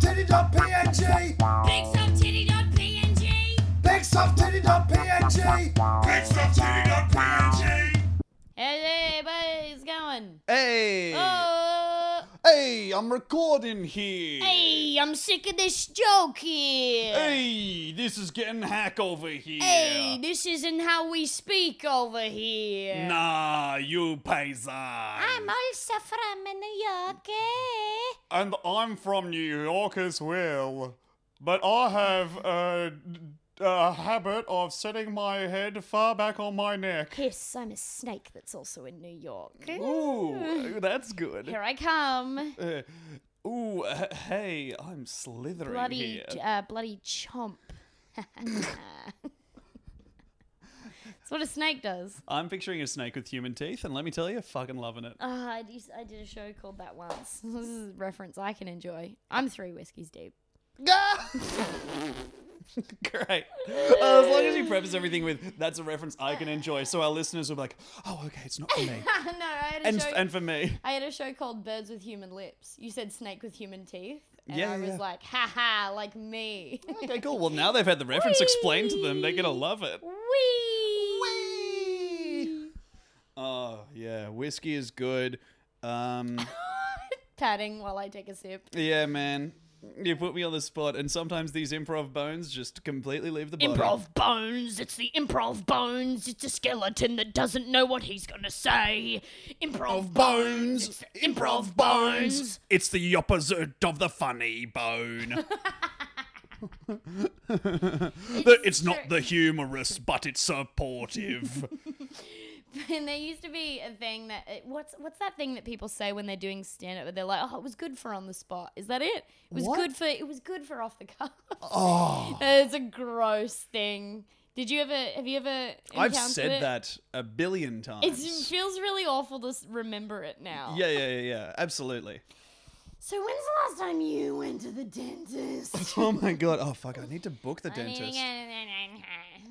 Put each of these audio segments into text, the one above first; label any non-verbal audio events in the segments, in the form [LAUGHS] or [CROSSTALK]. BigSoftTitty.png BigSoftTitty.png BigSoftTitty.png. BigSoftTitty.png Hey, everybody, it's going. Hey! Oh, Hey, I'm recording here. hey, I'm sick of this joke here. Hey, this is getting hack over here. Hey, this isn't how we speak over here. Nah, you paisan. I'm also from New York, eh? and I'm from New York as well. But I have a, a habit of setting my head far back on my neck. Yes, I'm a snake that's also in New York. Ooh, that's good. Here I come. Uh, ooh, h- hey, I'm slithering Bloody, here. uh, bloody chomp. [LAUGHS] That's what a snake does. I'm picturing a snake with human teeth, and let me tell you, fucking loving it. Ah, I, did, I did a show called that once. [LAUGHS] this is a reference I can enjoy. I'm three whiskeys deep. [LAUGHS] Great. Uh, as long as you preface everything with "that's a reference I can enjoy," so our listeners will be like, "Oh, okay, it's not for me," no, I had a and show. and for me. I had a show called Birds with Human Lips. You said snake with human teeth, and Yeah, I was yeah. like, ha ha, like me. Okay, [LAUGHS] cool. Well, now they've had the reference explained to them. They're gonna love it. Wee. Oh yeah, whiskey is good. Um, Patting while I take a [LAUGHS] sip. yeah, man, you put me on the spot, and sometimes these improv bones just completely leave the body. Improv bones, it's the improv bones. It's a skeleton that doesn't know what he's gonna say. Improv bones, It's improv bones. It's the opposite of the funny bone. The- it's not the humorous, but it's supportive. [LAUGHS] And there used to be a thing that it- what's what's that thing that people say when they're doing stand up? They're like, "Oh, it was good for on the spot." Is that it? It was What? good for it was good for off the cuff. [LAUGHS] Oh, it's a gross thing. Did you ever have you ever? I've encountered said it? that a billion times. It [LAUGHS] feels really awful to s- remember it now. yeah, yeah, yeah, yeah, absolutely. So when's the last time you went to the [LAUGHS] dentist? Oh my god. Oh fuck, I need to book the dentist.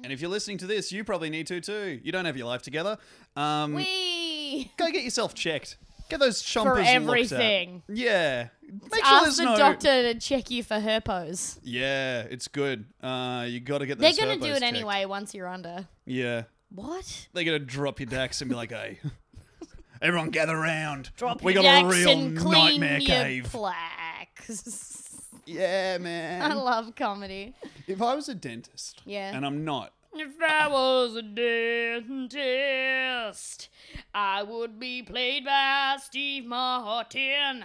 And if you're listening to this, you probably need to too. You don't have your life together. Um, we go get yourself checked. Get those chompers for looked at. everything. Yeah. Make sure Ask there's the no. doctor to check you for herpes. Yeah, it's good. Uh, you got to get. They're those gonna herpes do it checked. anyway once you're under. Yeah, What? they're gonna drop your dax and be like, "Hey, [LAUGHS] everyone, gather round. Drop we your got decks a real and clean nightmare your cave." Plaques. [LAUGHS] yeah, I man. love comedy. if I was a dentist, Yeah. and I'm not, If I was a dentist, I would be played by Steve Martin.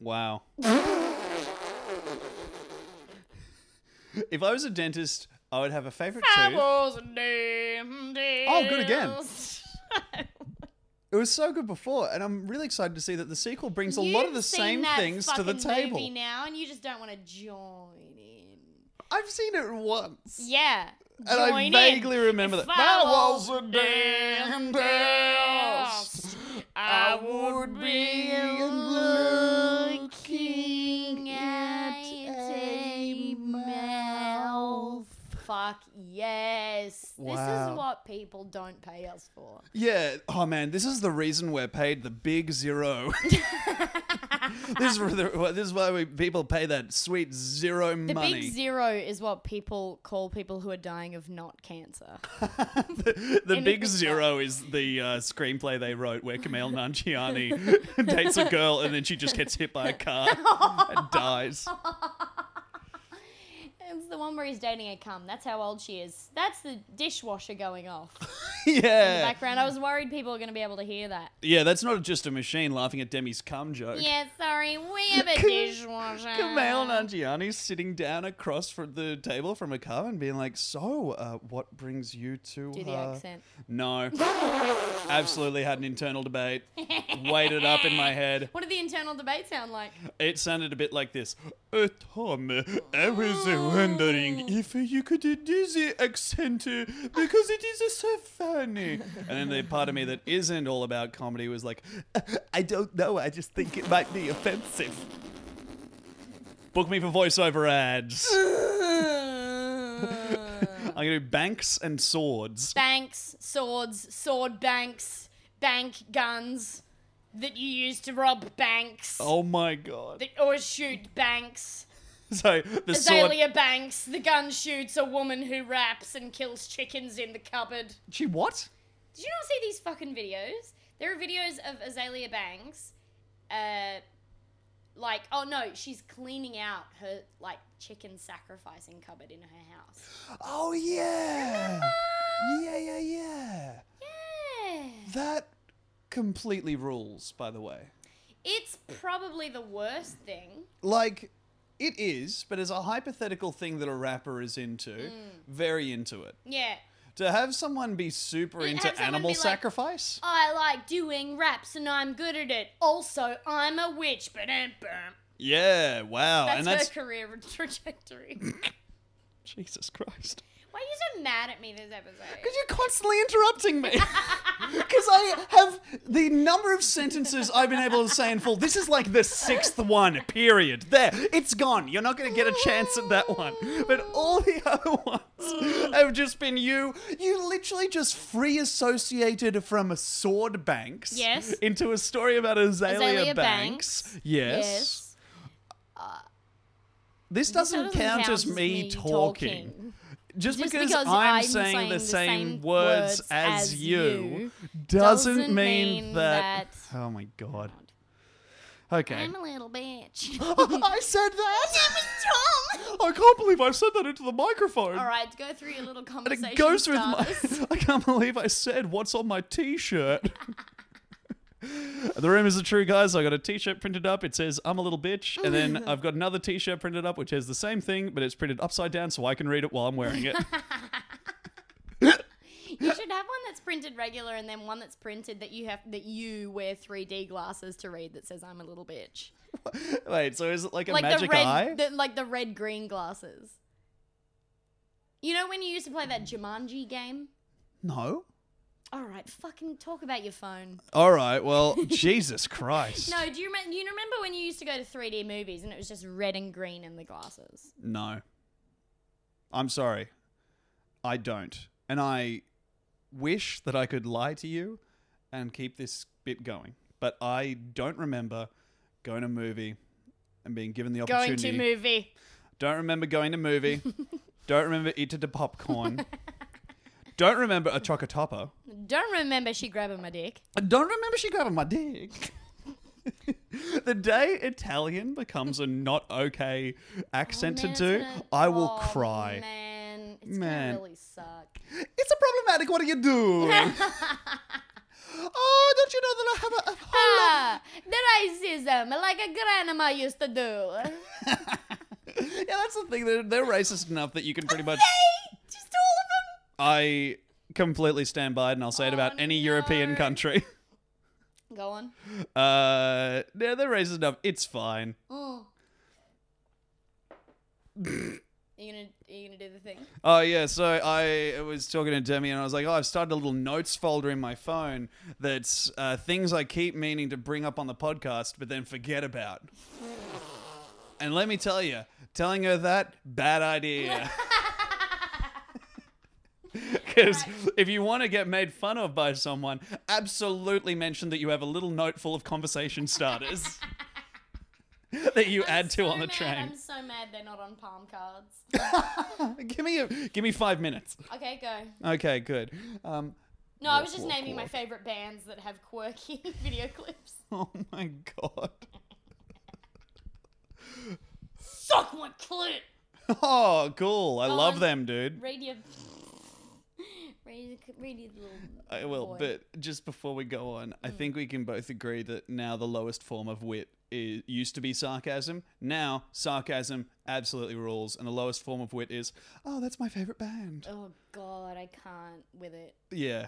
wow. If I was a dentist, I would have a favorite I tooth. was damned. Oh, good again. It was so good before, and I'm really excited to see that the sequel brings a lot of You've the seen same that things to the fucking table. Movie now, and you just don't want to join in. I've seen it once. Yeah. And I join in. vaguely remember If that. I That was was a damn dentist, I would be looking at a mouth. Fuck yes. This Wow. is what people don't pay us for. Yeah. Oh man, this is the reason we're paid the big [LAUGHS] zero. this is the- this is why we, people pay that sweet zero The money. big zero is what people call people who are dying of not cancer. the the anything big but- zero is the uh, screenplay they wrote where Kamal Nanjiani [LAUGHS] dates a girl and then she just gets hit by a car and [LAUGHS] dies. It's the one where he's dating a cum. That's how old she is. That's the dishwasher going off in the yeah. background. I was worried people were going to be able to hear that. Yeah, that's not just a machine laughing at Demi's cum joke. Yeah, sorry, we have a dishwasher. Kamal Nanjiani sitting down across from the table from a car and being like, "So, uh, what brings you to?" Do the uh, accent. No, absolutely had an internal [LAUGHS] debate. Weighed it up in my head. What did the internal debate sound like? It sounded a bit like this. Uh, Tom, uh, I was uh, wondering if uh, you could uh, do the accent uh, because it is uh, so funny. And then the part of me that isn't all about comedy was like, "Uh, I don't know. I just think it might be offensive. Book me for voiceover ads. I'm gonna do banks and swords. banks, swords, sword banks, bank guns that you use to rob banks, Oh my god! that, or shoot banks. So the sword. Azalea Banks, the gun shoots a woman who raps and kills chickens in the cupboard. Gee, what? Did you not see these fucking videos? There are videos of Azalea Banks, uh, like, oh no, she's cleaning out her, like, chicken sacrificing cupboard in her house. Oh yeah. Yeah, yeah, yeah. Yeah. That completely rules, by the way. It's probably the worst thing. Like, it is, but as a hypothetical thing that a rapper is into, Mm. very into it. Yeah. To have someone be super And into have someone animal be like- "Oh." sacrifice? I like doing raps and I'm good at it. Also, I'm a witch. But that's, yeah, wow. Oh, and that's. her career [LAUGHS] trajectory. Jesus Christ. Why are you so mad at me this episode? Because you're constantly interrupting me. [LAUGHS] Because I have the number of sentences I've been able to say in full. This is like the sixth one, period. There, it's gone. You're not going to get a chance at that one. But all the [LAUGHS] other ones have just been you. You literally just free associated from sword banks Yes. into a story about Azalea, Azalea Banks. Banks. Yes. Yes. This doesn't, doesn't count, as me, talking. Just, Just because, because I'm, I'm saying, the same, words, as, you doesn't, doesn't mean, mean that... that- Oh my god. Okay. I'm a little bitch. [GASPS] [LAUGHS] I said that. I can't believe I said that into the microphone. All right, go through your little And conversation. it goes with my. starters. [LAUGHS] I can't believe I said what's on my T-shirt. [LAUGHS] the rumors are true, guys. I got a T-shirt printed up. It says "I'm a little bitch," and [LAUGHS] then I've got another T-shirt printed up which has the same thing, but it's printed upside down, so I can read it while I'm wearing it. [LAUGHS] You should have one that's printed regular, and then one that's printed that you have that you wear 3D glasses to read that says "I'm a little bitch." Wait, so is it like a Like the magic red, eye? The, like the red green glasses. You know when you used to play that Jumanji game? No. All right, fucking talk about your phone. All right. Well, [LAUGHS] Jesus Christ. No, do you remember? You remember when you used to go to 3D movies and it was just red and green in the glasses? No. I'm sorry. I don't. And I wish that I could lie to you and keep this bit going. But I don't remember going to movie and being given the Going opportunity. to movie. Don't remember going to movie. [LAUGHS] don't remember eating the popcorn. don't remember a chocotopper. Don't remember she grabbing my dick. I don't remember she grabbing my dick. [LAUGHS] the day Italian becomes a not okay accent Man, to it's do, gonna- I will oh, cry. Man, it's Man. gonna really suck. It's a problematic. What are you doing? [LAUGHS] oh, don't you know that I have a, a whole lot- Ah, [LAUGHS] the racism, like a grandma used to do. Yeah, that's the the thing. They're, they're racist enough that you can pretty much. Hey, just all of them. I completely stand by it, and I'll say it Oh, about any no. European country. [LAUGHS] Go on. Uh, yeah, they're racist enough. It's fine. Oh. are Mm. you gonna are you gonna do the thing? Oh yeah, so I was talking to Demi and I was like, "Oh, I've started a little notes folder in my phone that's uh, things I keep meaning to bring up on the podcast, but then forget about." And let me tell you, telling her that bad [LAUGHS] idea. Because if you want to get made fun of by someone, absolutely mention that you have a little note full of conversation [LAUGHS] starters that you add to So on the mad- train. I'm so mad they're not on palm cards. [LAUGHS] give me a, give me five minutes. Okay, go. Okay, good. Um, No, I was just naming my favorite bands that have quirky [LAUGHS] video clips. [LAUGHS] oh my god. Suck my clit. Oh, cool. I love on. them, dude. Read your, read your, read your little. I will, boy. Mm. but just before we go on, I think we can both agree that now the lowest form of wit is, used to be sarcasm. Now, sarcasm absolutely rules, and the lowest form of wit is, oh, that's my favorite band. Oh God, I can't with it. Yeah.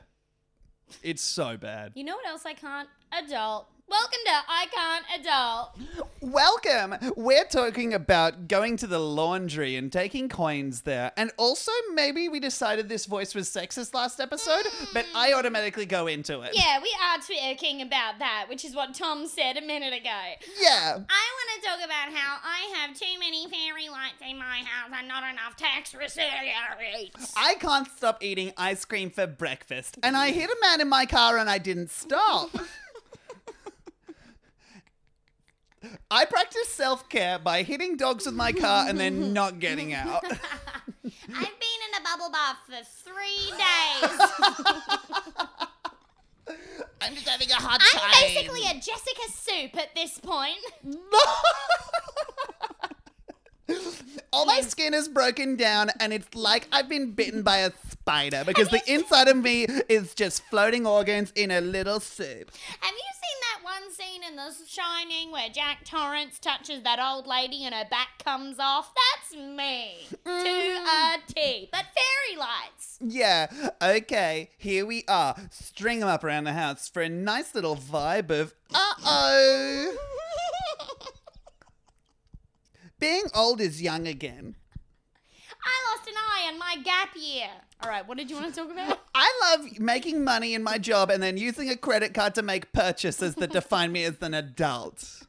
It's so bad. You know what else I can't? Adult. Welcome to I can't adult. Welcome. We're talking about going to the laundry and taking coins there. And also, maybe we decided this voice was sexist last episode, but I automatically go into it. Mm. Yeah, we are talking about that, which is what Tom said a minute ago. Yeah. I want to talk about how I have too many fairy lights in my house and not enough tax receipts. I can't stop eating ice cream for breakfast, and I hit a man in my car and I didn't stop. I practice self care by hitting dogs with my car and then not getting out. I've been in a bubble bath for three [LAUGHS] days. [LAUGHS] I'm just having a hard I'm basically a Jessica Soup at this point. All my skin is broken down, and it's like I've been bitten by a spider because the inside of me is just floating organs in a little soup. Have you seen that one scene in The Shining where Jack Torrance touches that old lady and her back comes off? That's me to a T. But fairy [LAUGHS] lights. Yeah, okay, here we are. String them up around the house for a nice little vibe of uh oh. Being old is young again. I lost an eye in my gap year. All right, what did you want to talk about? I love making money in my job and then using a credit card to make purchases that define me as an adult.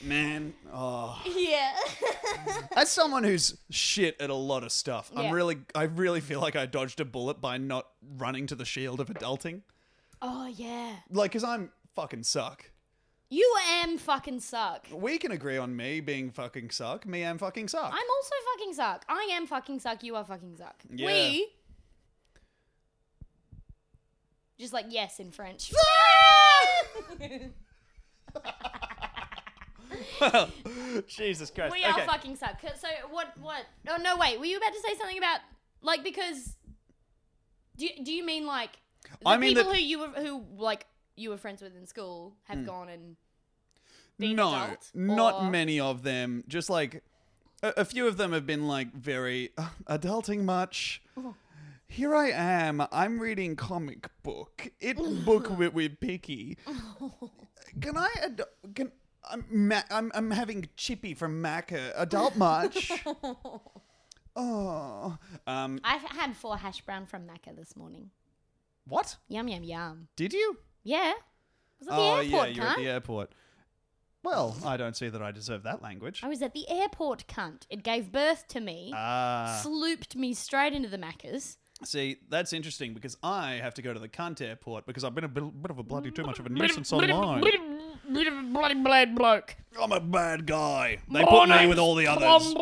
Man, oh. [LAUGHS] yeah. As someone who's shit at a lot of stuff, Yeah. I'm really I really feel like I dodged a bullet by not running to the shield of adulting. oh, yeah. Like cuz I'm fucking suck. You am fucking suck. We can agree on me being fucking suck. Me am fucking suck. I'm also fucking suck. I am fucking suck. You are fucking suck. Yeah. We. Just like yes in [LAUGHS] French. [LAUGHS] Jesus Christ. We are fucking suck. So what? What? Oh no! Wait. Were you about to say something about like because? Do you, do you mean like the I mean that- people Hmm. who you were who like you were friends with in school have gone and been no, adult, not or- many of them. Just like a, a few of them have been like very "Uh, adulting much. Oh. Here I am. I'm reading comic book. [LAUGHS] It book with, with picky. Can I? Ad- can I'm, ma- I'm I'm having Chippy from Macca. Adult much? [LAUGHS] oh, um, I had four hash brown from Macca this morning. what Yum yum yum. did you? Yeah. I was at oh the airport, yeah, cunt. you're at the airport. Well, I don't see that I deserve that language. I was at the airport, cunt. It gave birth to me, Ah. slooped me straight into the Macca's. See, that's interesting because I have to go to the cunt airport because I've been a bit, bit of a bloody too much of a nuisance online. Bit of a bloody blade bloke. I'm a bad guy. They put me with all the others.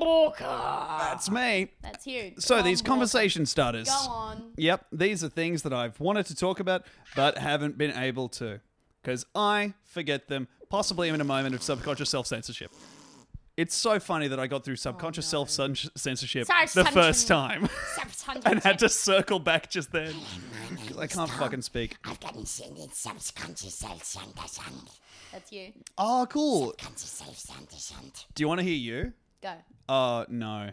That's me. That's huge. So Tom these Walker. conversation starters. Go [LAUGHS] on. Yep, these are things that I've wanted to talk about but haven't been able to because I forget them, possibly in a moment of subconscious self censorship. It's so funny that I got Oh, through subconscious self censorship the Self-censor- first time [LAUGHS] Substantive. and had to circle back just then. I can't fucking speak. That's you. Oh, cool. Do you want to hear you? Go. Uh, no.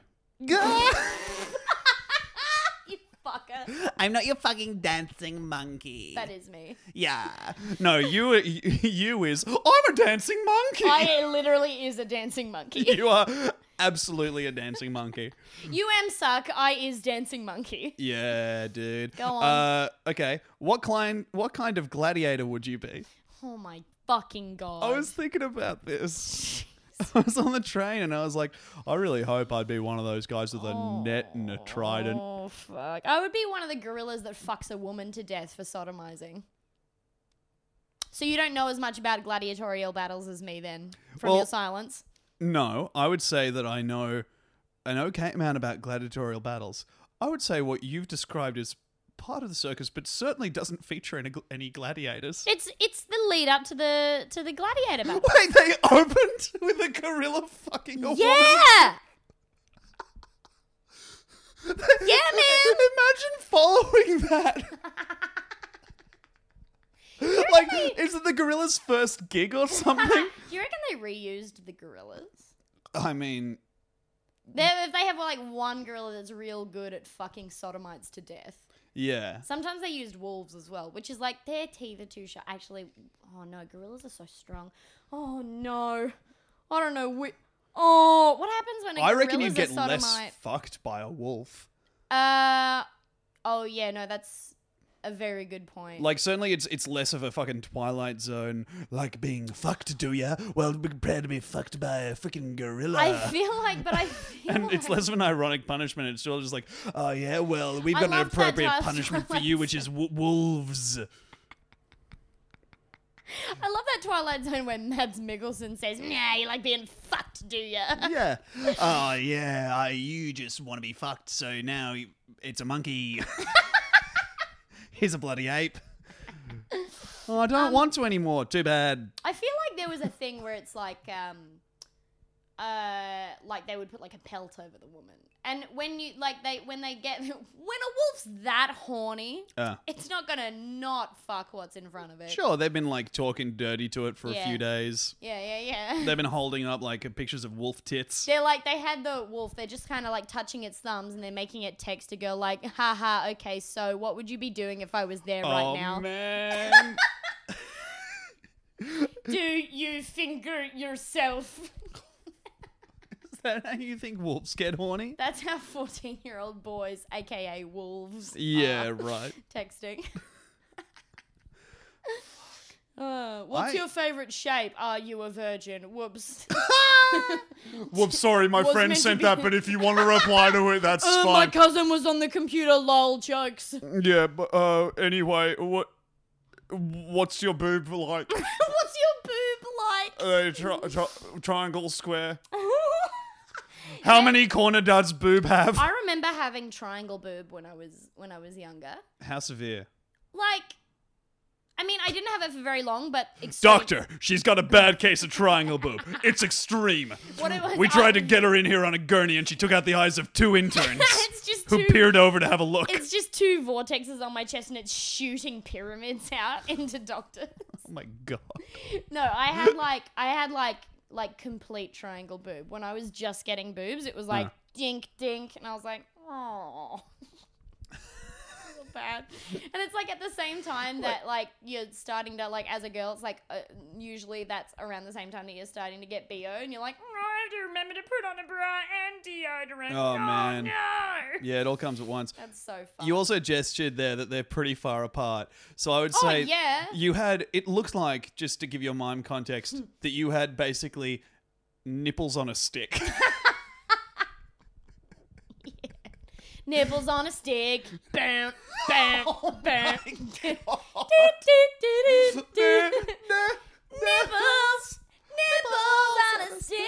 You fucker. [LAUGHS] I'm not your fucking dancing monkey. That is me. yeah. No, you [LAUGHS] you is I'm a dancing monkey. [LAUGHS] I literally is a dancing monkey. you are absolutely a dancing monkey. [LAUGHS] You am suck. I is dancing monkey. Yeah, dude. Go on. Uh, okay. What kind what kind of gladiator would you be? Oh my fucking god. I was thinking about this. [LAUGHS] I was on the train and I was like, I really hope I'd be one of those guys with a net and a trident. Oh fuck. I would be one of the gorillas that fucks a woman to death for sodomizing. So you don't know as much about gladiatorial battles as me then from Well- your silence. No, I would say that I know an okay amount about gladiatorial battles. I would say what you've described is part of the circus, but certainly doesn't feature any, gl- any gladiators. It's it's the lead up to the to the gladiator battle. [LAUGHS] Wait, they opened with a gorilla fucking a woman. [LAUGHS] Yeah. yeah, man. Imagine following [LAUGHS] that. like, is it the gorilla's first gig or [LAUGHS] something? Do you reckon they reused the gorillas? I mean, They- If they have like one gorilla that's real good at fucking sodomites to death. yeah. Sometimes they used wolves as well, which is like their teeth are too sharp. Actually, oh no, gorillas are so strong. Oh no, I don't know. Whi- oh, what happens when a I reckon you'd gorilla's a get less sodomite? fucked by a wolf. uh, oh yeah, no, that's a very good point. Like certainly it's it's less of a fucking Twilight Zone like being fucked, do ya? Well, be prepared to be fucked by a freaking gorilla. I feel like, but I feel uh, [LAUGHS] and like, it's less of an ironic punishment. It's still just like, oh yeah, well we've I got an loved that appropriate Twilight punishment for you, which is w- [LAUGHS] wolves. I love that Twilight Zone where Mads Mikkelsen says, "Nah, you like being fucked, do ya?" Yeah. oh yeah, I, you just want to be fucked. So now you- it's a [LAUGHS] monkey. Here's a bloody ape. Oh, I Um, don't want to anymore. Too bad. I feel like there was a thing where it's like, um, uh, like they would put like a pelt over the woman, and when you like they when they get [LAUGHS] when a wolf's that horny, Uh. it's not gonna not fuck what's in front of it. Sure, they've been like talking dirty to it for a Yeah. few days. Yeah, yeah, yeah. [LAUGHS] They've been holding up like pictures of wolf tits. They're like they had the wolf. They're just kind of like touching its thumbs and they're making it text a girl like, "Haha, okay, so what would you be doing if I was there right oh now? man! [LAUGHS] Do you finger yourself?" [LAUGHS] Is that how you think wolves get horny? That's how fourteen-year-old boys, aka wolves, yeah, right. [LAUGHS] texting. Uh, what's I- your favorite shape? Are you a virgin? Whoops. Whoops, sorry, [LAUGHS] my Was friend meant to sent be- that, but if you want to reply to it, [LAUGHS] that's Uh, [LAUGHS] my fine. cousin was on the computer. Lol, jokes. [LAUGHS] yeah, but uh, anyway, what what's your boob [LAUGHS] like? what's your boob like? Uh, tri- tri- triangle, [LAUGHS] square. Uh. How many corner does boob have? I remember having triangle boob when I was when I was younger. How severe? Like, I mean, I didn't have it for very long, but extreme- Doctor, she's got a bad case of triangle boob. It's extreme. What it was, We tried I- to get her in here on a gurney and she took out the eyes of two interns [LAUGHS] it's just who too peered over to have a look. It's just two vortexes on my chest, and it's shooting pyramids out [LAUGHS] into doctors. Oh my god! No, I had like I had like like complete triangle boob. When I was just getting boobs, it was like dink dink, and I was like, [LAUGHS] oh, bad. And it's like at the same time that like you're starting to like as a girl, it's like uh, usually that's around the same time that you're starting to get bo, and you're like, oh, I have to remember to put on a bra and deodorant. Oh, Oh man. no, Yeah, it all comes at once. that's so fun. You also gestured there that they're pretty far apart. So I would Oh, say yeah. Hmm. you had it looked like just to give your mime context that you had basically nipples on a [LAUGHS] stick. [LAUGHS] Nipples on a stick. [LAUGHS] Oh Bam, [LAUGHS] bam, bam. [LAUGHS] Nipples, nipples on a stick.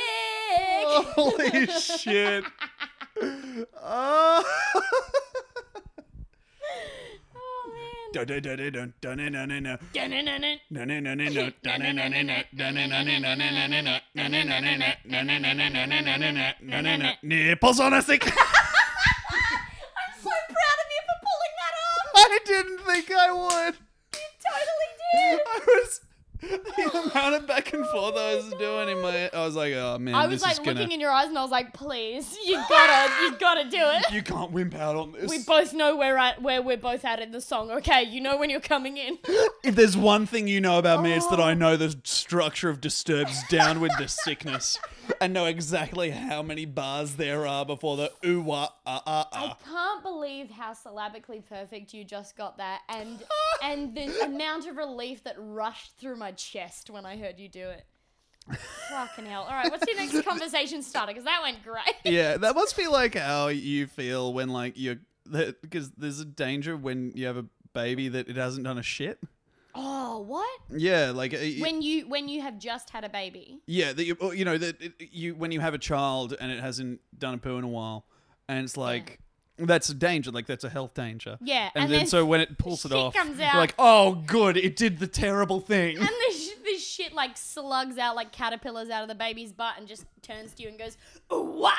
[LAUGHS] Holy shit! Oh. Oh Dun dun dun dun dun dun dun dun dun dun. man. Dun-dun-dun-dun. Nipples on a [LAUGHS] stick. I'm so proud of you for pulling that off. I didn't think I would. Totally did. I was the amount of back and forth I was doing in my, I was like, oh man, I was this like is gonna. looking in your eyes and I was like, please, you gotta, you gotta do it. [LAUGHS] you can't wimp out on this. We both know where at where we're both at in the song. Okay, you know when you're coming in. if there's one thing you know about me, it's that I know the structure of Disturbs down with the sickness, and know exactly how many bars there are before the ooh wah ah ah [LAUGHS] I [LAUGHS] ah. can't believe how syllabically perfect you just got that, and and [LAUGHS] the amount of relief that rushed through my chest when I heard you do it. Fucking hell! All right, what's your [LAUGHS] next conversation starter? Because that went great. Yeah, that must be like how you feel when like you're because there's a danger when you have a baby that it hasn't done a shit. Oh, what? Yeah, like uh, y- When you when you have just had a baby, yeah, that you or, you know that it- you when you have a child and it hasn't done a poo in a while, and it's like. That's a danger, like that's a health danger. Yeah, and, and then, then so when it pulls it shit off, comes you're out. like, oh, good, it did the terrible thing. and this sh- this shit like slugs out like caterpillars out of the baby's butt and just turns to you and goes, "Wah!"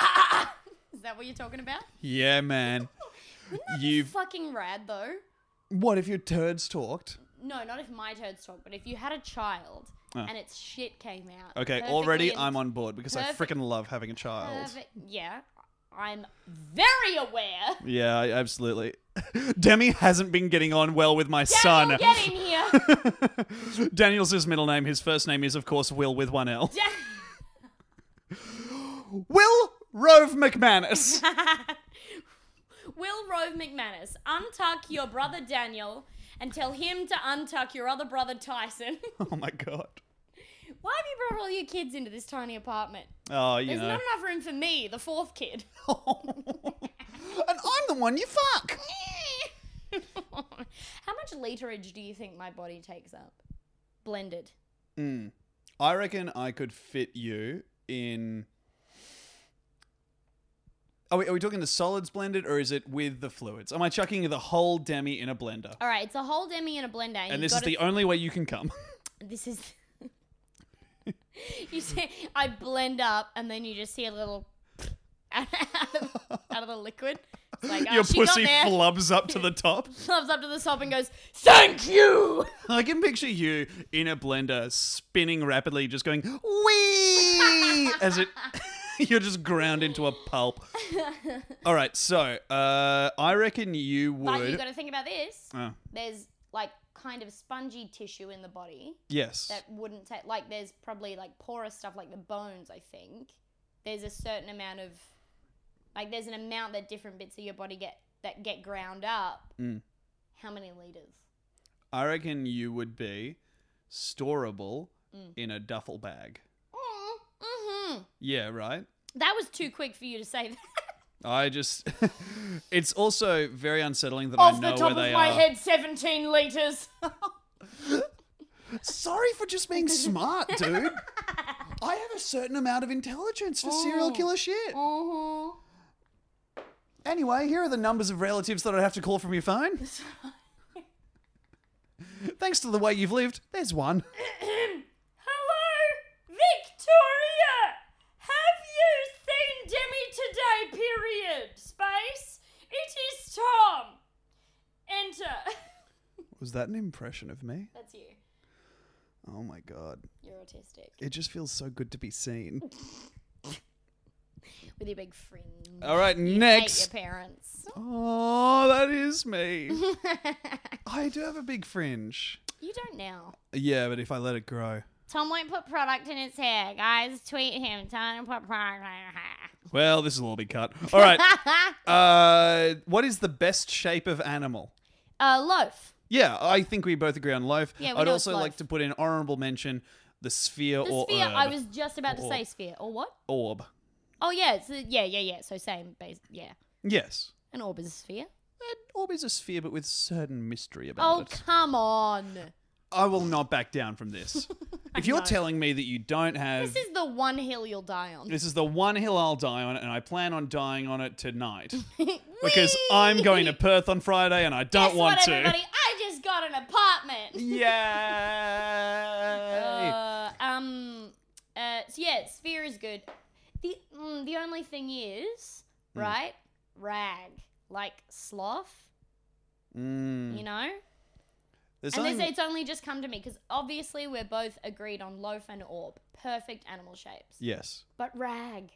Is that what you're talking about? [LAUGHS] yeah, man. [LAUGHS] You've Fucking rad though. what if your turds talked? No, not if my turds talk, but if you had a child and its shit came out. Ah. Okay, perfectly already in- I'm on board because I perfect- freaking love having a child. perfect- yeah, I'm very [LAUGHS] aware. Yeah, I- absolutely. [LAUGHS] Demi hasn't been getting on well with my son. Daniel, get in here. [LAUGHS] Daniel's his middle name. His first name is, of course, Will with one L. Dan- Will Rove McManus. Will Rove McManus, untuck your brother Daniel and tell him to untuck your other brother Tyson. [LAUGHS] [LAUGHS] oh my god. Why have you brought all your kids into this tiny apartment? Oh, you There's know. not enough room for me, the fourth kid. [LAUGHS] [LAUGHS] and I'm the one you fuck. How much literage do you think my body takes up? Blended. I reckon I could fit you in. Are we, are we talking the solids blended or is it with the fluids? Am I chucking the whole demi in a blender? All right, it's a whole demi in a blender, And and, you this is gotta- the only way you can come. [LAUGHS] This is. [LAUGHS] you see, I blend up, and then you just see a little [LAUGHS] out of, out of the liquid. It's [LAUGHS] like oh, Your she pussy got there. flubs up to the top. [LAUGHS] Comes up to the top and goes, "Thank you." I can picture you in a blender spinning rapidly, just going [LAUGHS] wee as it [LAUGHS] you're just ground into a pulp. All right, so uh, I reckon you But you would. got to think about this. Oh, There's like kind of spongy tissue in the body yes. that wouldn't take. Like there's probably like porous stuff, like the bones. I think there's a certain amount of, like there's an amount that different bits of your body get that get ground up. Mm. How many liters? I reckon you would be storable Mm. in a duffel bag. Mm-hmm. Yeah, right. That was too quick for you to say that. I just. [LAUGHS] it's also very unsettling that I Off know the top of where they my are. head, 17 litres. Sorry for just [LAUGHS] being smart, dude. I have a certain amount of intelligence for Oh, serial killer shit. mm-hmm. Anyway, here are the numbers of relatives that I'd have to call from your phone. Thanks to the way you've lived, there's one. Hello, Victoria! Have you seen Demi today, period? Space? It is Tom. Enter. [LAUGHS] Was that an impression of me? That's you. Oh my god. You're autistic. It just feels so good to be seen. With your big fringe. All right, Hate your next. parents. Oh, that is [LAUGHS] me. I do have a big fringe. You don't now. Yeah, but if I let it grow. Tom won't put product in his hair. Guys, tweet him. Tom won't put product in his Well, this will all be cut. All [LAUGHS] right. hair. Uh, what is the best shape of animal? uh, loaf. Yeah, I think we both agree on loaf. Yeah, we I'd know also it's loaf. like to put in honorable mention the sphere The or sphere. I herb. was just about to Or- say sphere. Or what? orb. Oh yeah, it's a, yeah, yeah, yeah. So same base. Yeah, Yes. an orb is a sphere. An orb is a sphere, but with certain mystery about Oh it. come on! I will not back down from [LAUGHS] this. if you're telling me that you don't have. This is the one hill you'll die on. [LAUGHS] This is the one hill I'll die on, and I plan on dying on it [LAUGHS] tonight. because I'm going to Perth on Friday, and I don't Guess want what, to. [LAUGHS] everybody? I just got an apartment. Yay! Uh, um. Uh. So yeah, sphere is good. The mm, the only thing is right rag like sloth. Mm. You know. There's and they something- say Hmm. it's only just come to me because obviously we're both agreed on loaf and orb, perfect animal shapes. yes. But rag,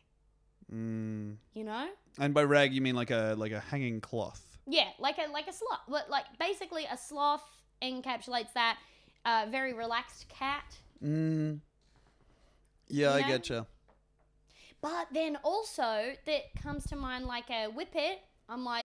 Mm. you know? And by rag, you mean like a like a hanging cloth. Yeah, like a like a sloth, but like basically a sloth encapsulates that uh, very relaxed cat. Mm. Yeah, Yeah. I getcha. But then also that comes to mind like a whippet. I'm like,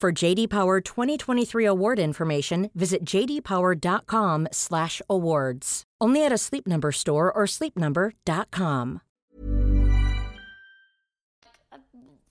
For JD Power 2023 award information, visit jdpower.com/awards. Only at a Sleep Number store or sleepnumber.com. I,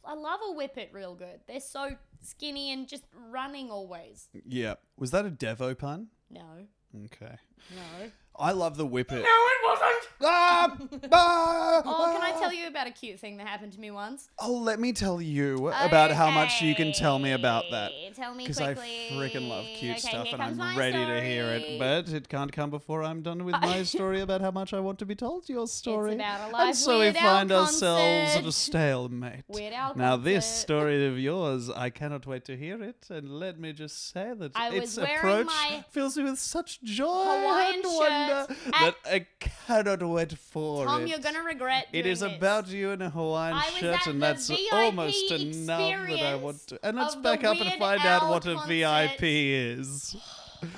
I love a whippet real good. They're so skinny and just running always. Yeah. Was that a Devo pun? No, Okay. no. I love the whippet. it wasn't. Ah! Ah! Oh, can I tell you about a cute thing that happened to me once? Oh, let me tell you about how much you can tell me about that. Okay, Tell me Because I quickly. freaking love cute Okay, stuff here and comes I'm my ready to hear story. it, but it can't come before I'm done with [LAUGHS] my story about how much I want to be told your story. about a live and so Weird we Al find ourselves at concert. a stalemate. Weird Al now, this concert. story of yours, I cannot wait to hear it, and let me just say that I its was wearing approach my fills me with such joy Hawaiian and shirt wonder that at- I cannot wait for Tom, it. you're gonna regret. It doing is this. about you in a Hawaiian I was shirt, at and the that's VIP almost enough that I experience want to. And let's of the back up and Weird find out Al what a concert. VIP is. [SIGHS]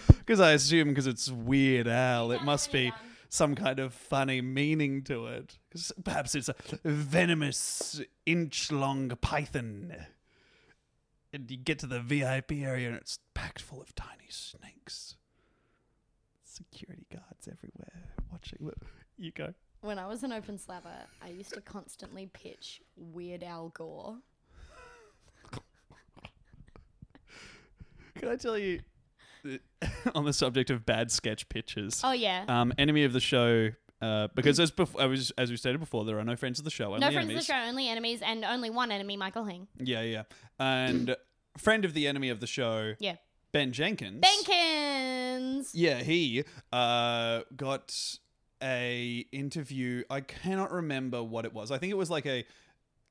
Because I assume, because it's Weird Al, it must be some kind of funny meaning to it. 'Cause perhaps it's a venomous, inch long python. And you get to the VIP area, and it's packed full of tiny snakes. Security guards everywhere watching. You go. When I was an open slapper, I used to constantly pitch Weird Al Gore. Can I tell you uh, [LAUGHS] on the subject of bad sketch pitches? Oh yeah. Mm. Um, enemy of the show, uh, because as before, I was as we stated before, there are no friends of the show. Only no friends enemies. of the show, only enemies, and only one enemy, Michael Hing. Yeah, yeah, and friend of the enemy of the show, Yeah. Ben Jenkins. Benkins. Yeah, he uh, got a interview. I cannot remember what it was. I think it was like a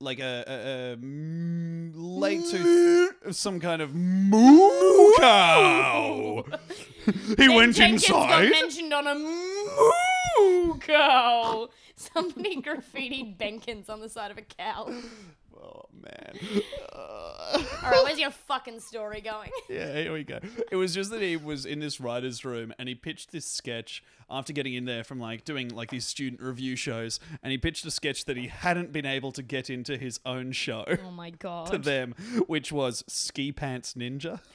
like a, a, a mm, late to some kind of moo cow. [LAUGHS] he Ben went Jenkins inside. Got mentioned on a [LAUGHS] moo cow. Somebody graffitied Benkins on the side of a cow. Oh man. Uh. All right, where's your fucking story going? Yeah, here we go. It was just that he was in this writer's room and he pitched this sketch after getting in there from like doing like these student review shows and he pitched a sketch that he hadn't been able to get into his own show Oh my to god. them, which was Ski Pants Ninja. [LAUGHS]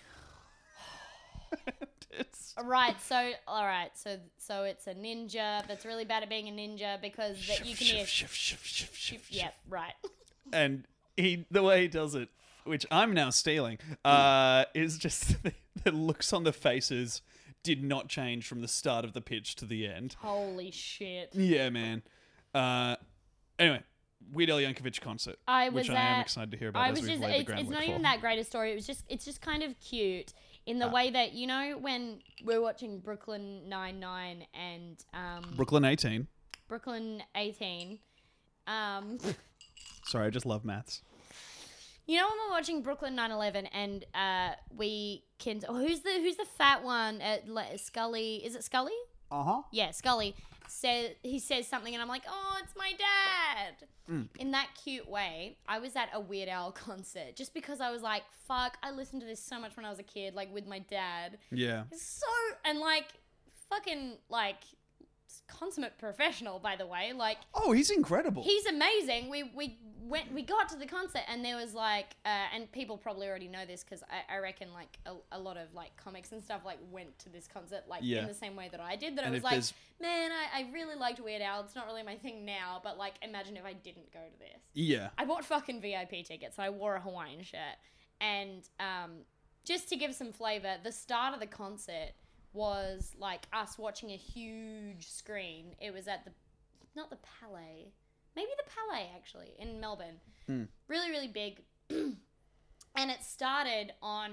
it's, Right, so all right, so so it's a ninja, but it's really bad at being a ninja because that you can hear. Shif, shif, shif, shif, shif. Yep, right. [LAUGHS] and he the way he does it, which I'm now stealing, uh, Hmm. is just [LAUGHS] the, the looks on the faces did not change from the start of the pitch to the end. Holy shit! Yeah, man. Uh, anyway, Weird Al Yankovic concert, I was which I am at- excited to hear about. I was as we've just, laid the it's, groundwork it's not for. Ah. even that great a story. It was just, it's just kind of cute in the way that you know when we're watching Brooklyn Nine Nine and um, Brooklyn 18. Brooklyn Eighteen. Um, Sorry, I just love maths. you know when we're watching Brooklyn Nine Eleven and uh, we can. Oh, who's the who's the fat one? At, Le- Scully is it Scully? Uh huh. Yeah, Scully says he says something, and I'm like, "Oh, it's my dad." In that cute way, I was at a Weird Al [LAUGHS] concert just because I was like, "Fuck!" I listened to this so much when I was a kid, like with my dad. Yeah. It's so and like fucking like consummate professional, by the way. Like Oh, he's incredible. he's amazing. We we went we got to the concert and there was like uh, and people probably already know this because I, I reckon like a, a lot of like comics and stuff like went to this concert like Yeah. in the same way that I did that I And was if like there's- man I, I really liked Weird Al it's not really my thing now but like imagine if I didn't go to this yeah. I bought fucking VIP tickets and I wore a Hawaiian shirt. And um, just to give some flavor, the start of the concert was like us watching a huge screen. It was at the, not the Palais, maybe the Palais actually in Melbourne. Really, really big. [CLEARS THROAT] and it started on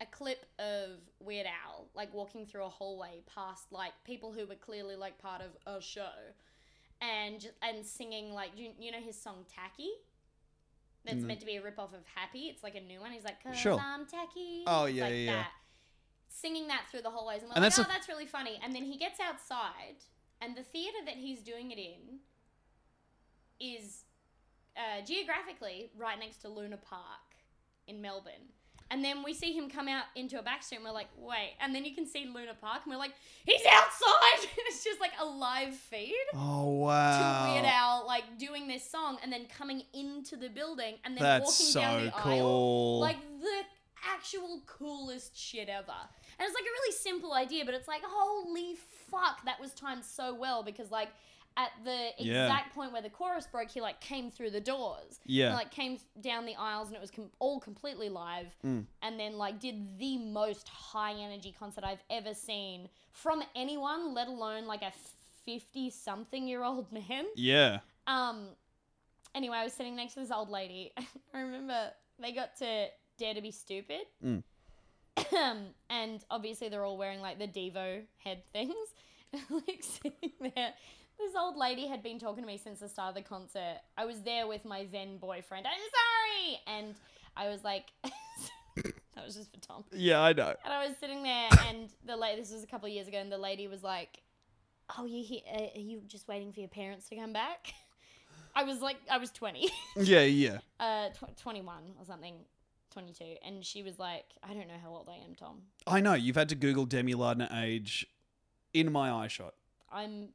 a clip of Weird Al, like walking through a hallway past like people who were clearly like part of a show and ju- and singing like you, you know his song Tacky. That's meant to be a ripoff of Happy. It's like a new one. He's like, "Cause Sure. I'm tacky." Oh, It's yeah, like yeah, yeah. That. Singing that through the hallways, and we're And like, that's "Oh, a- that's really funny." And then he gets outside, and the theater that he's doing it in is uh, geographically right next to Luna Park in Melbourne. And then we see him come out into a back street and we're like, wait. And then you can see Luna Park and we're like, he's outside! [LAUGHS] it's just like a live feed Oh to wow. Weird Al, like doing this song and then coming into the building and then That's walking so down the cool. aisle. Like the actual coolest shit ever. And it's like a really simple idea, but it's like, holy fuck, that was timed so well because like at the Yeah. exact point where the chorus broke, he like came through the doors. Yeah. And, like came down the aisles and it was com- all completely live Mm. and then like did the most high energy concert I've ever seen from anyone, let alone like a 50 something year old [LAUGHS] man. Yeah. Um anyway, I was sitting next to this old lady. [LAUGHS] I remember they got to Dare to be Stupid. Um, Mm. and obviously they're all wearing like the Devo head things. [LAUGHS] like sitting there. This old lady had been talking to me since the start of the concert. I was there with my then boyfriend. I'm sorry. And I was like [LAUGHS] that was just for Tom. Yeah, I know. And I was sitting there, and the lady, this was a couple of years ago, and the lady was like, "Oh, you he- uh, are you just waiting for your parents to come back?" I was like, I was twenty, [LAUGHS] Yeah, yeah. uh, tw- twenty-one or something, twenty-two, and she was like, "I don't know how old I am, Tom. I know. You've had to Google Demi Lardner age in my eye shot. I'm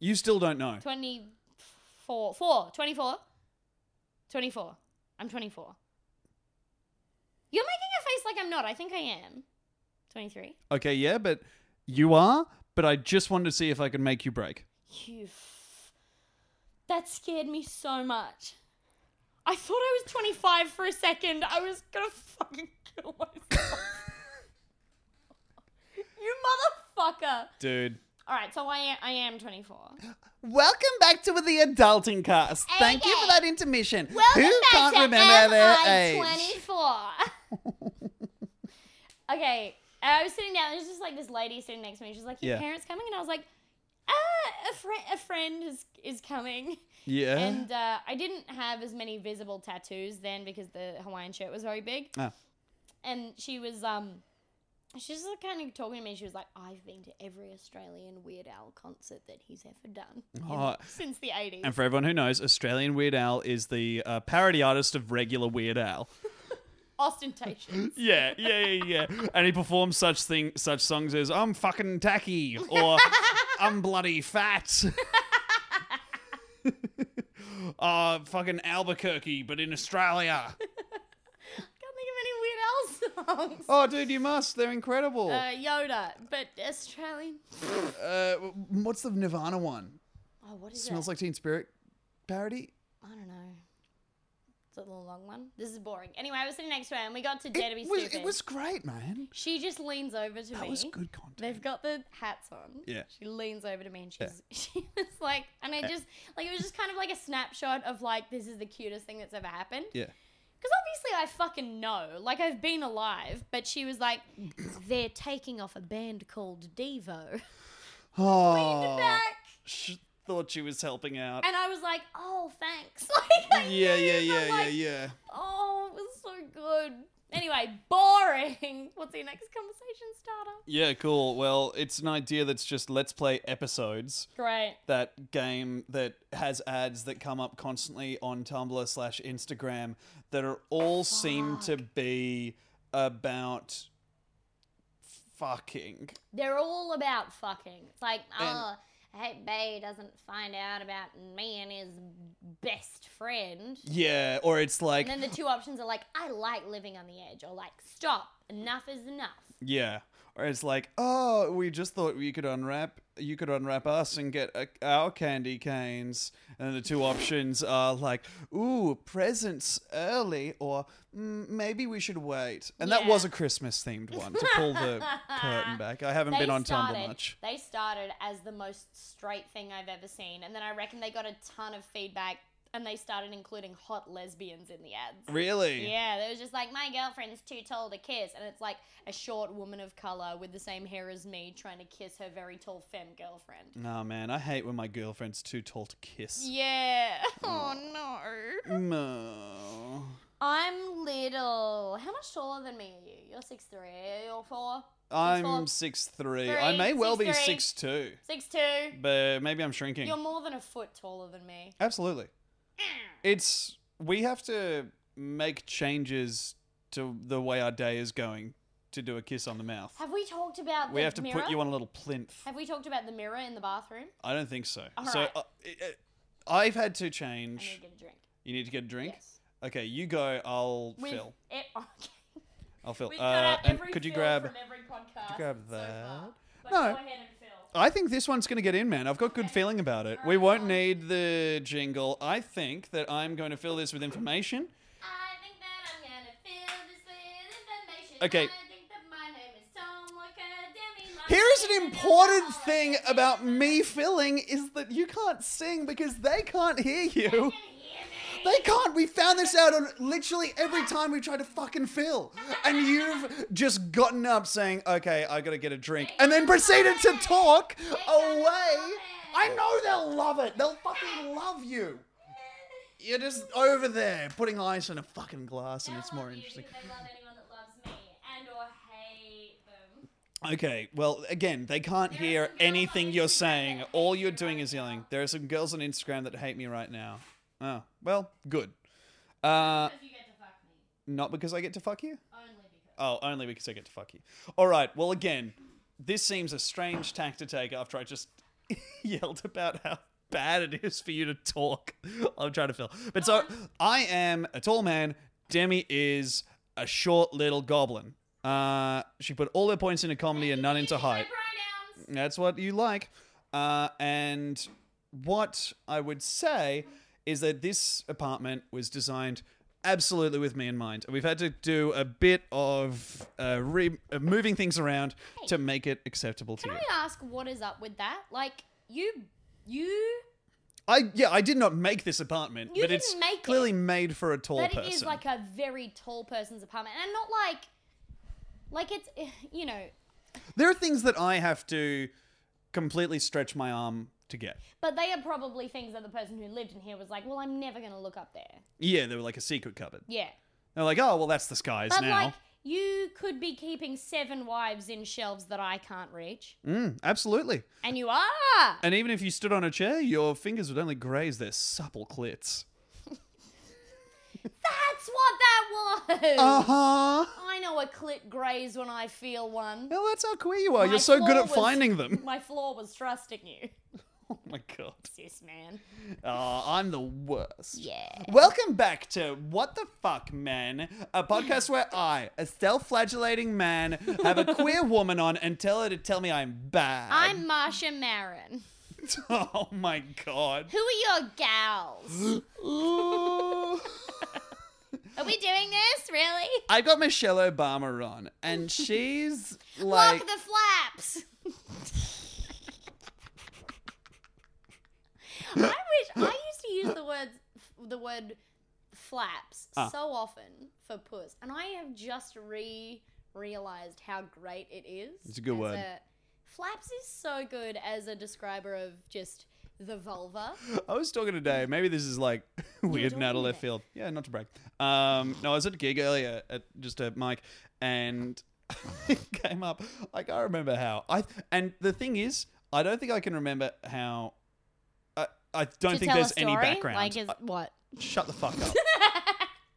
You still don't know. 24, four, 24, 24. I'm twenty-four. You're making a face like I'm not. I think I am. Twenty-three. Okay, yeah, but you are. But I just wanted to see if I could make you break. You. F- that scared me so much. I thought I was 25 for a second. I was gonna fucking [LAUGHS] kill myself. you motherfucker. Dude. Alright, so I am, I am 24. [GASPS] Welcome back to the adulting cast. Thank you Okay. for that intermission. Welcome Who back can't to remember their MI age? 24. [LAUGHS] okay, and I was sitting down. There's just like this lady sitting next to me. She's like, "Your Yeah. parents coming?" And I was like, "Ah, a friend, a friend is is coming." Yeah. And uh, I didn't have as many visible tattoos then because the Hawaiian shirt was very big. Ah. And she was um She was like, kind of talking to me. She was like, I've been to every Australian Weird Al concert that he's ever done you know, since the 80s. Oh. [LAUGHS] And for everyone who knows, Australian Weird Al is the uh, parody artist of regular Weird Al. [LAUGHS] Ostentatious. Yeah, yeah, yeah, yeah. And he performs such thing, such songs as "I'm fucking tacky" [LAUGHS] or "I'm bloody fat." [LAUGHS] uh fucking Albuquerque, but in [LAUGHS] Australia. Can't think of any Weird [LAUGHS] Al songs. Oh, dude, you must. They're incredible. Uh, Yoda, but Australian. Uh, what's the Nirvana one? Oh, what is Smells that? like Teen Spirit parody. I don't know. It's a little long one. This is boring. Anyway, I was sitting next to her and we got to Dead to Be It was, Stupid. it was great, man. She just leans over to me. That was good content. They've got the hats on. Yeah. She leans over to me and she's [LAUGHS] she was like, and I just like it was just kind of like a snapshot of like this is the cutest thing that's ever happened. Yeah. Because obviously I fucking know, like I've been alive, but she was like, they're taking off a band called Devo [LAUGHS] Oh, back, she thought she was helping out. and I was like, oh thanks, [LAUGHS] like I Yeah, knew, yeah, but, yeah, yeah, like, yeah. Oh, it was so good. Anyway, boring. [LAUGHS] What's your next conversation starter? Yeah, cool. Well, it's an idea that's just let's play episodes. Great. That game that has ads that come up constantly on Tumblr slash Instagram that are all seem to be about fucking. They're all about fucking. It's like, And- oh, I hope Bay doesn't find out about me and his best friend. Yeah, or it's like And then the two options are like, I like living on the edge, or like, stop, enough is enough. Yeah. Or it's like, oh, we just thought we could unwrap, you could unwrap us and get uh, our candy canes. And the two options are like, ooh, presents early, or mm, maybe we should wait. And that Yeah. was a Christmas themed one to pull [LAUGHS] the curtain back. I haven't been on Tumblr much. They started as the most straight thing I've ever seen, and then I reckon they got a ton of feedback, and they started including hot lesbians in the ads. Really? Yeah, they was just like my girlfriend's too tall to kiss, and it's like a short woman of color with the same hair as me trying to kiss her very tall femme girlfriend. No, man, I hate when my girlfriend's too tall to kiss. Yeah. [LAUGHS] Oh no. Mm. I'm little. How much taller than me are you? You're six three or four? I'm six three. I Three, may well be six 6'3". two, Six two. but maybe I'm shrinking. You're more than a foot taller than me. Absolutely. It's we have to make changes to the way our day is going to do a kiss on the mouth. Have we talked about We the have to mirror? put you on a little plinth. Have we talked about the mirror in the bathroom? I don't think so. All so right. uh, it- it- I've had to I need to change. get a drink. You need to get a drink. Yes. Okay, you go. I'll We've- fill. It, [LAUGHS] okay. I'll fill. We've cut Uh, out and every could you fill grab? from every podcast you grab so that? far. But No. Go ahead and fill. I think this one's going to get in, man. I've got good feeling about it. We won't need the jingle. I think that I'm going to fill this with information. I think that I'm gonna fill this with information. Okay. I think that my name is Tom Wakademi. My Here is an name important Tom thing Wakademi. about me filling is that you can't sing because they can't hear you. They can't. We found this out on literally every time we tried to fucking fill. And you've just gotten up saying, okay, I gotta get a drink. And then proceeded to talk away. I know they'll love it. They'll fucking love you. You're just over there putting ice in a fucking glass and it's more interesting. They love anyone that loves me and or hate them. Okay, well, again, they can't hear anything you're saying. All you're doing is yelling. There are some girls on Instagram that hate me right now. Oh, well, good. Uh, You get to fuck me. not because I get to fuck you? Only because. Oh, only because I get to fuck you. All right, well, again, this seems a strange tack to take after I just [LAUGHS] yelled about how bad it is for you to talk. I'm trying to fill. But so I am a tall man, Demi is a short little goblin. Uh, she put all her points into comedy and none into height. Pronouns. That's what you like. Uh, and what I would say is that this apartment was designed absolutely with me in mind. We've had to do a bit of uh, re- uh, moving things around to make it acceptable to Can you. I uh, ask what is up with that? Like you, you. I yeah, I did not make this apartment, You but didn't it's make it. clearly made for a tall That person. it is like a very tall person's apartment, and not like, like it's [SIGHS] you know, there are things that I have to completely stretch my arm to get. but they are probably things that the person who lived in here was like, well, I'm never gonna look up there. Yeah, they were like a secret cupboard. Yeah, They're like, oh well, that's the skies but now. like you could be keeping seven wives in shelves that I can't reach. Mm, absolutely. And you are! And even if you stood on a chair, your fingers would only graze their supple clits. That's what that was! Uh huh. I know a clit graze when I feel one. Well, that's how queer you are. My Oh, You're so good flaw at was- finding them. [LAUGHS] [LAUGHS] My flaw was trusting you, Oh my god. sis man. Oh, I'm the worst. Yeah. Welcome back to What the Fuck Man, a podcast where I, a self flagellating man, have a [LAUGHS] queer woman on and tell her to tell me I'm bad. I'm Marsha Marin. [LAUGHS] Oh my god. Who are your [GASPS] gals? Ooh. Are we doing this? Really? I got Michelle Obama on, and she's like. Lock the flaps! [LAUGHS] I wish I used to use the word the word flaps Ah. so often for puss, and I have just re realized how great it is. It's a good as word. flaps is so good as a describer of just the vulva. I was talking today. Maybe this is [LAUGHS] like [LAUGHS] weird and out of left field. Yeah, not to brag. Um, no, I was at a gig earlier at just a mic, and [LAUGHS] it came up. I can't remember how. I and the thing is, I don't think I can remember how. I I don't To think tell a there's any story? background. Like, is, I- what? shut the fuck [LAUGHS] up.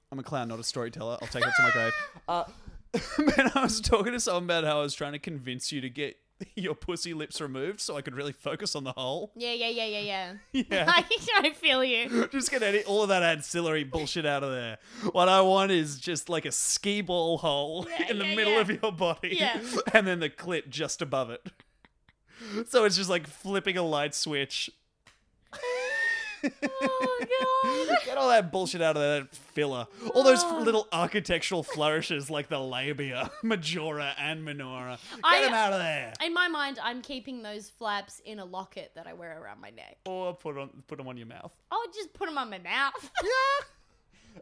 I'm a clown, not a storyteller. I'll take that to my grave. Uh, [LAUGHS] man, I was talking to someone about how I was trying to convince you to get [LAUGHS] your pussy lips removed so I could really focus on the hole. Yeah, yeah, yeah, yeah, yeah. [LAUGHS] Yeah. I, [LAUGHS] I feel you. Just get any, all of that ancillary bullshit out of there. What I want is just like a ski ball hole Yeah, in the yeah, middle yeah. of your body, Yeah. and then the clit just above it. So it's just like flipping a light switch. [LAUGHS] Oh god. Get all that bullshit out of there, that filler. All those Oh. little architectural flourishes like the labia, [LAUGHS] majora, and minora. Get I- uh, them out of there. In my mind, I'm keeping those flaps in a locket that I wear around my neck. Or put on put them on your mouth. I'll just put them on my mouth.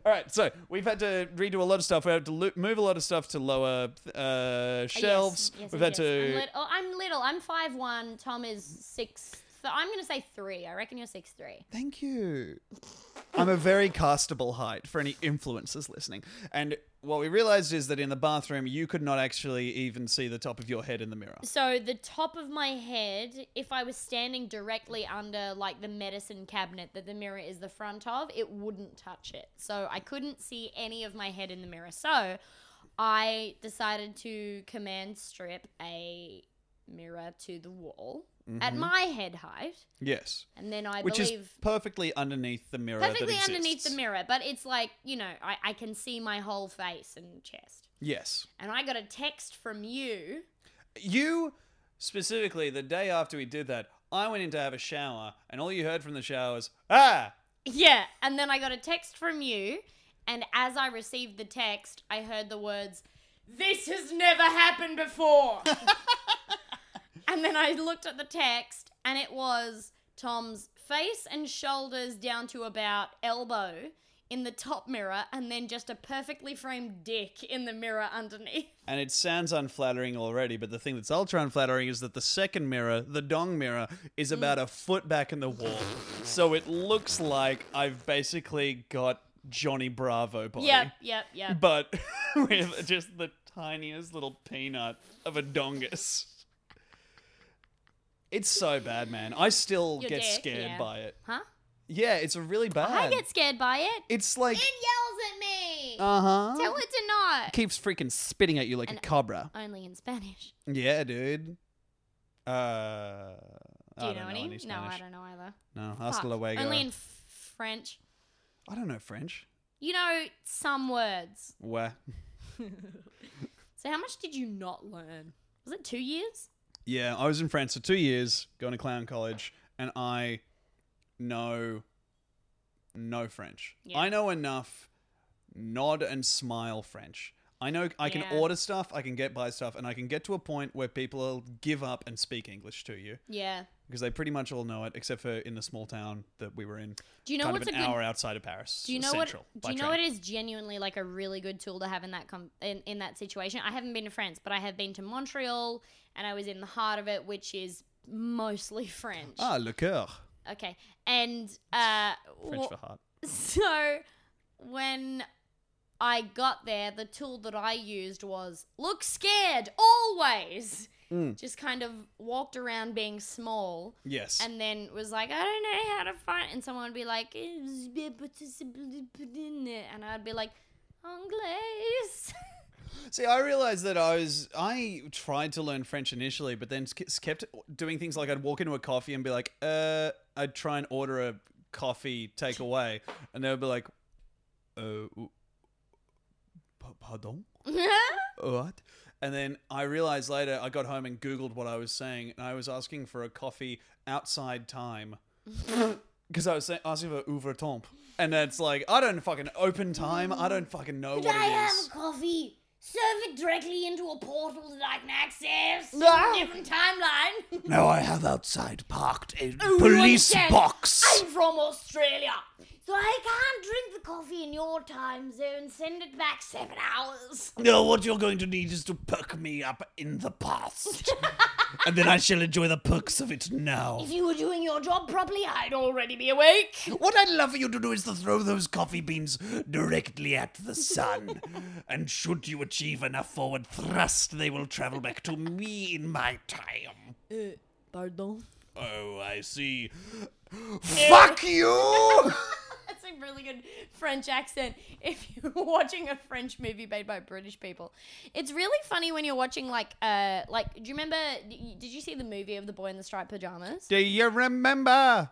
All right, so we've had to redo a lot of stuff. We had to lo- move a lot of stuff to lower uh, shelves. Yes, yes, we've yes, had yes. to. I'm, lit- oh, I'm little. I'm five one. Tom is six. So I'm gonna say three. I reckon you're six three. Thank you. I'm a very castable height for any influencers listening. And what we realized is that in the bathroom, you could not actually even see the top of your head in the mirror. So the top of my head, if I was standing directly under like the medicine cabinet that the mirror is the front of, it wouldn't touch it. So I couldn't see any of my head in the mirror. So I decided to command strip a mirror to the wall at my head height, Yes. and then I Mm-hmm. Which believe is perfectly underneath the mirror. that perfectly underneath exists. the mirror. But it's like you know, I, I can see my whole face and chest. Yes. And I got a text from you. You specifically, the day after we did that, I went in to have a shower, and all you heard from the shower was, ah! Yeah, and then I got a text from you, and as I received the text, I heard the words, This has never happened before. and then I looked at the text, and it was Tom's face and shoulders down to about elbow in the top mirror, and then just a perfectly framed dick in the mirror underneath. And it sounds unflattering already, but the thing that's ultra unflattering is that the second mirror, the dong mirror, is Mm. about a foot back in the wall. so it looks like I've basically got Johnny Bravo body. Yep, yep, yep. But [LAUGHS] with just the tiniest little peanut of a dongus. It's so bad, man. I still Your get dick, scared yeah. by it. Huh? Yeah, it's really bad. I get scared by it. it's like, It yells at me. uh huh. Tell it to not. Keeps freaking spitting at you like a cobra. Only in Spanish. Yeah, dude. Uh, Do I you don't know, any? No, I don't know either. No, hasta Fuck. luego. Only in f- French. I don't know French. You know some words. Where? So how much did you not learn? Was it two years? Yeah, I was in France for two years, going to clown college, and I know no French. Yeah. I know enough nod and smile French. I know I can Yeah. order stuff, I can get by stuff, and I can get to a point where people will give up and speak English to you Yeah. because they pretty much all know it, except for in the small town that we were in. Do you know kind what's of a an good? hour outside of Paris? do you know central, what? by Do you know train. what is genuinely like a really good tool to have in that com- in, in that situation? I haven't been to France, but I have been to Montreal, and I was in the heart of it, which is mostly [LAUGHS] French. Ah, le coeur. Okay, and uh, French wh- for heart. So when I got there, the tool that I used was look scared always. Just kind of walked around being small. Yes. And then was like, I don't know how to fight. And someone would be like, and I'd be like, [LAUGHS] Anglais. See, I realized that I was I tried to learn French initially, but then s- kept doing things like I'd walk into a coffee and be like, "Uh," I'd try and order a coffee takeaway, and they would be like, "Uh, w- pa- pardon, what?" And then I realized later I got home and googled what I was saying, and I was asking for a coffee outside [LAUGHS] time. Because I was saying, asking for ouvre temps, and that's like I don't fucking open time. I don't fucking know what it is. I have a coffee. Serve it directly into a portal that I can access. from Ah. a Different timeline. No, I have outside parked a Oh, police Richard, box. I'm from Australia. So I can't drink the coffee in your time zone. Send it back seven hours. No, what you're going to need is to perk me up in the past. and then I shall enjoy the perks of it now. [LAUGHS] If you were doing your job properly, I'd already be awake. What I'd love for you to do is to throw those coffee beans directly at the sun. and should you achieve enough forward thrust, they will travel back to me in my time. Pardon? Oh, I see. Fuck you! That's a really good French accent [LAUGHS] if you're watching a French movie made by British people. It's really funny when you're watching like uh like do you remember did you see the movie of the boy in the striped pajamas? Do you remember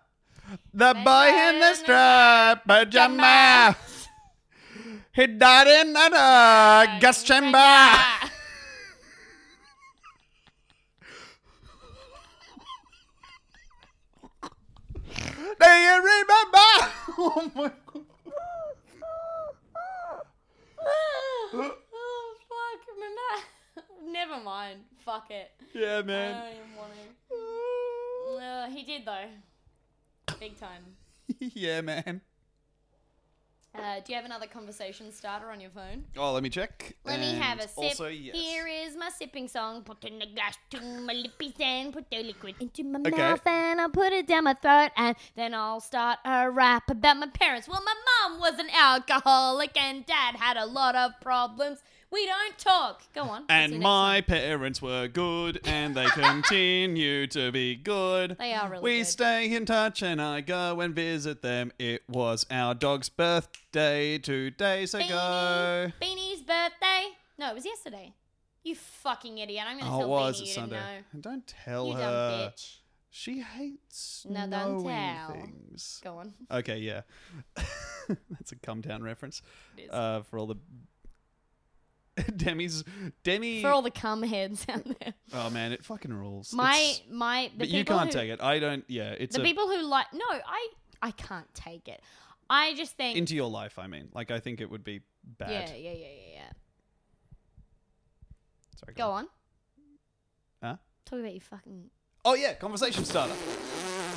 the boy boy in in the the striped pajama? He died in an uh, gas [LAUGHS] chamber. Do you remember? [LAUGHS] Oh my god. [GASPS] oh fuck, remember [LAUGHS] that? Never mind. Fuck it. Yeah, I man. don't even want to. Uh, he did though. Big time. [LAUGHS] yeah, man. Uh, do you have another conversation starter on your phone? Oh, let me check. Let me And have a sip. Also, yes. Here is my sipping song. Put in the glass to my lippy and put the liquid into my Okay. mouth and I'll put it down my throat and then I'll start a rap about my parents. Well, my mom was an alcoholic and dad had a lot of problems. We don't talk. Go on. What's your And next my one? parents were good, and [LAUGHS] they continue to be good. They are really We good. stay in touch, and I go and visit them. It was our dog's birthday two days ago. Beanie, Beanie's birthday. No, it was yesterday. You fucking idiot. I'm going to Oh, it tell was Beanie it's you Sunday. didn't know. And Don't tell You dumb her. bitch. She hates No, don't knowing tell. things. Go on. Okay, yeah, [LAUGHS] that's a come down reference uh, for all the [LAUGHS] Demi's Demi. For all the cum heads out there. oh man, it fucking rules. My It's- my the but you people can't who, take it. I don't. Yeah, it's The a, people who like no, I I can't take it. I just think into your life. I mean, like I think it would be bad. yeah, yeah, yeah, yeah, yeah. Sorry, Go on. Huh? Talk about your fucking Oh yeah, conversation starter.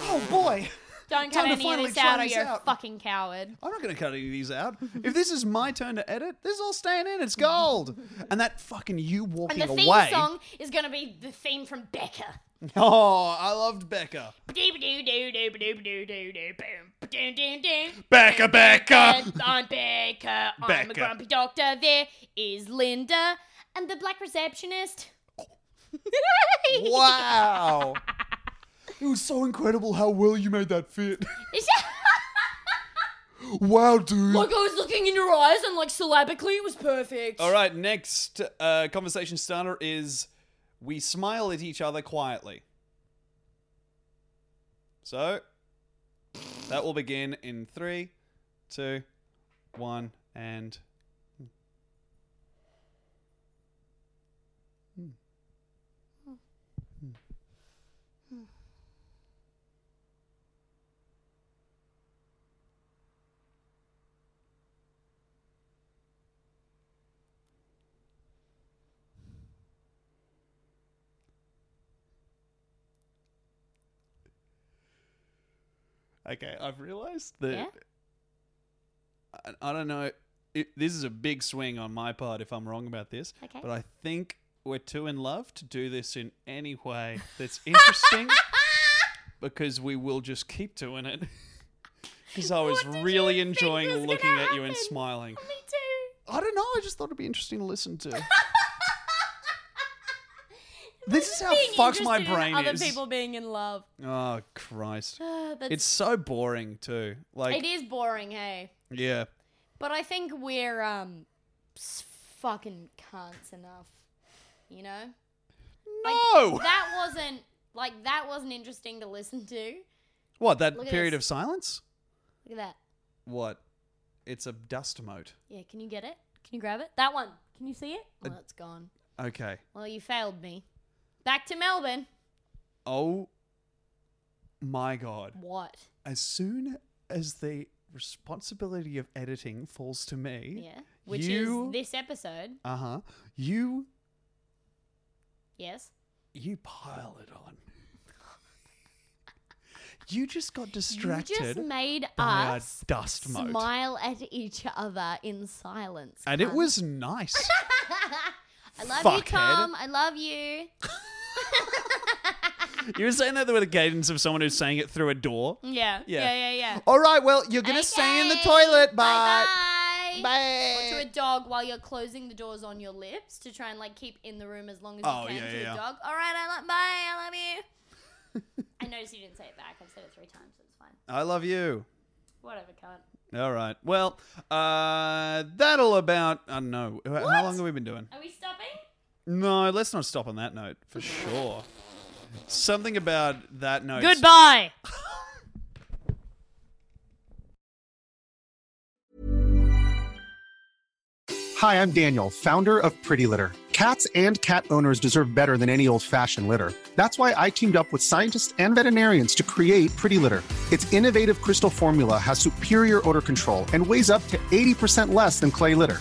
Oh boy, [LAUGHS] Don't Time to cut any of finally this try out or this you're a out. fucking coward. I'm not going to cut any of these [LAUGHS] out. if this is my turn to edit, this is all staying in. It's [LAUGHS] gold. and that fucking you walking And the theme away. song is gonna be the theme from Becca. [LAUGHS] Oh, I loved Becca. Becca, Becca. I'm Becca. I'm a grumpy doctor. There is Linda and the black receptionist. Wow. it was so incredible how well you made that fit. wow, dude. Like I was looking in your eyes and like syllabically it was perfect. [LAUGHS] All right, next uh, conversation starter is we smile at each other quietly. So that will begin in three, two, one, and. Okay, I've realized that. Yeah? I, I don't know. It, this is a big swing on my part if I'm wrong about this. Okay. But I think we're too in love to do this in any way [LAUGHS] that's interesting because we will just keep doing it. [LAUGHS] Because I was What did you really think enjoying was gonna looking at you and happen? smiling. Me too. I don't know. I just thought it'd be interesting to listen [LAUGHS] to. this is how Being fucked my interested in brain other is. people being in love. Oh Christ! Ah, that's, It's so boring too. Like it is boring, hey. yeah. But I think we're um s- fucking cunts enough, you know. No. That wasn't like that wasn't interesting to listen to. What that Look at period this. of silence? Look at that. What? It's a dust mote. Yeah, can you get it? Can you grab it? That one. Can you see it? Well, it's gone. Okay. Well, you failed me. Back to Melbourne. Oh my god. What? As soon as the responsibility of editing falls to me, Yeah. Which you, is this episode. Uh huh. You Yes. you pile it on. you just got distracted. You just made by a us dust mote. smile at each other in silence. and it cunt. was [LAUGHS] nice. I love you, fuckhead. Tom. I love you. you were saying that with the cadence of someone who's saying it through a door. Yeah. Yeah. Yeah. Yeah. All right, well, you're going to stay in the Okay, toilet, but. Bye-bye. Bye. Or to a dog while you're closing the doors on your lips to try and like keep in the room as long as Oh, you can yeah, to yeah. a dog. All right, I love. Bye. I love you. [LAUGHS] I noticed you didn't say it back. I've said it three times. So it's fine. I love you. Whatever, cunt. All right. Well, uh, that'll about. I don't know. How long have we been doing? Are we stopping? No, let's not stop on that note for sure. Something about that note. Goodbye. Hi, I'm Daniel, founder of Pretty Litter. Cats and cat owners deserve better than any old fashioned litter. That's why I teamed up with scientists and veterinarians to create Pretty Litter. Its innovative crystal formula has superior odor control and weighs up to 80% less than clay litter.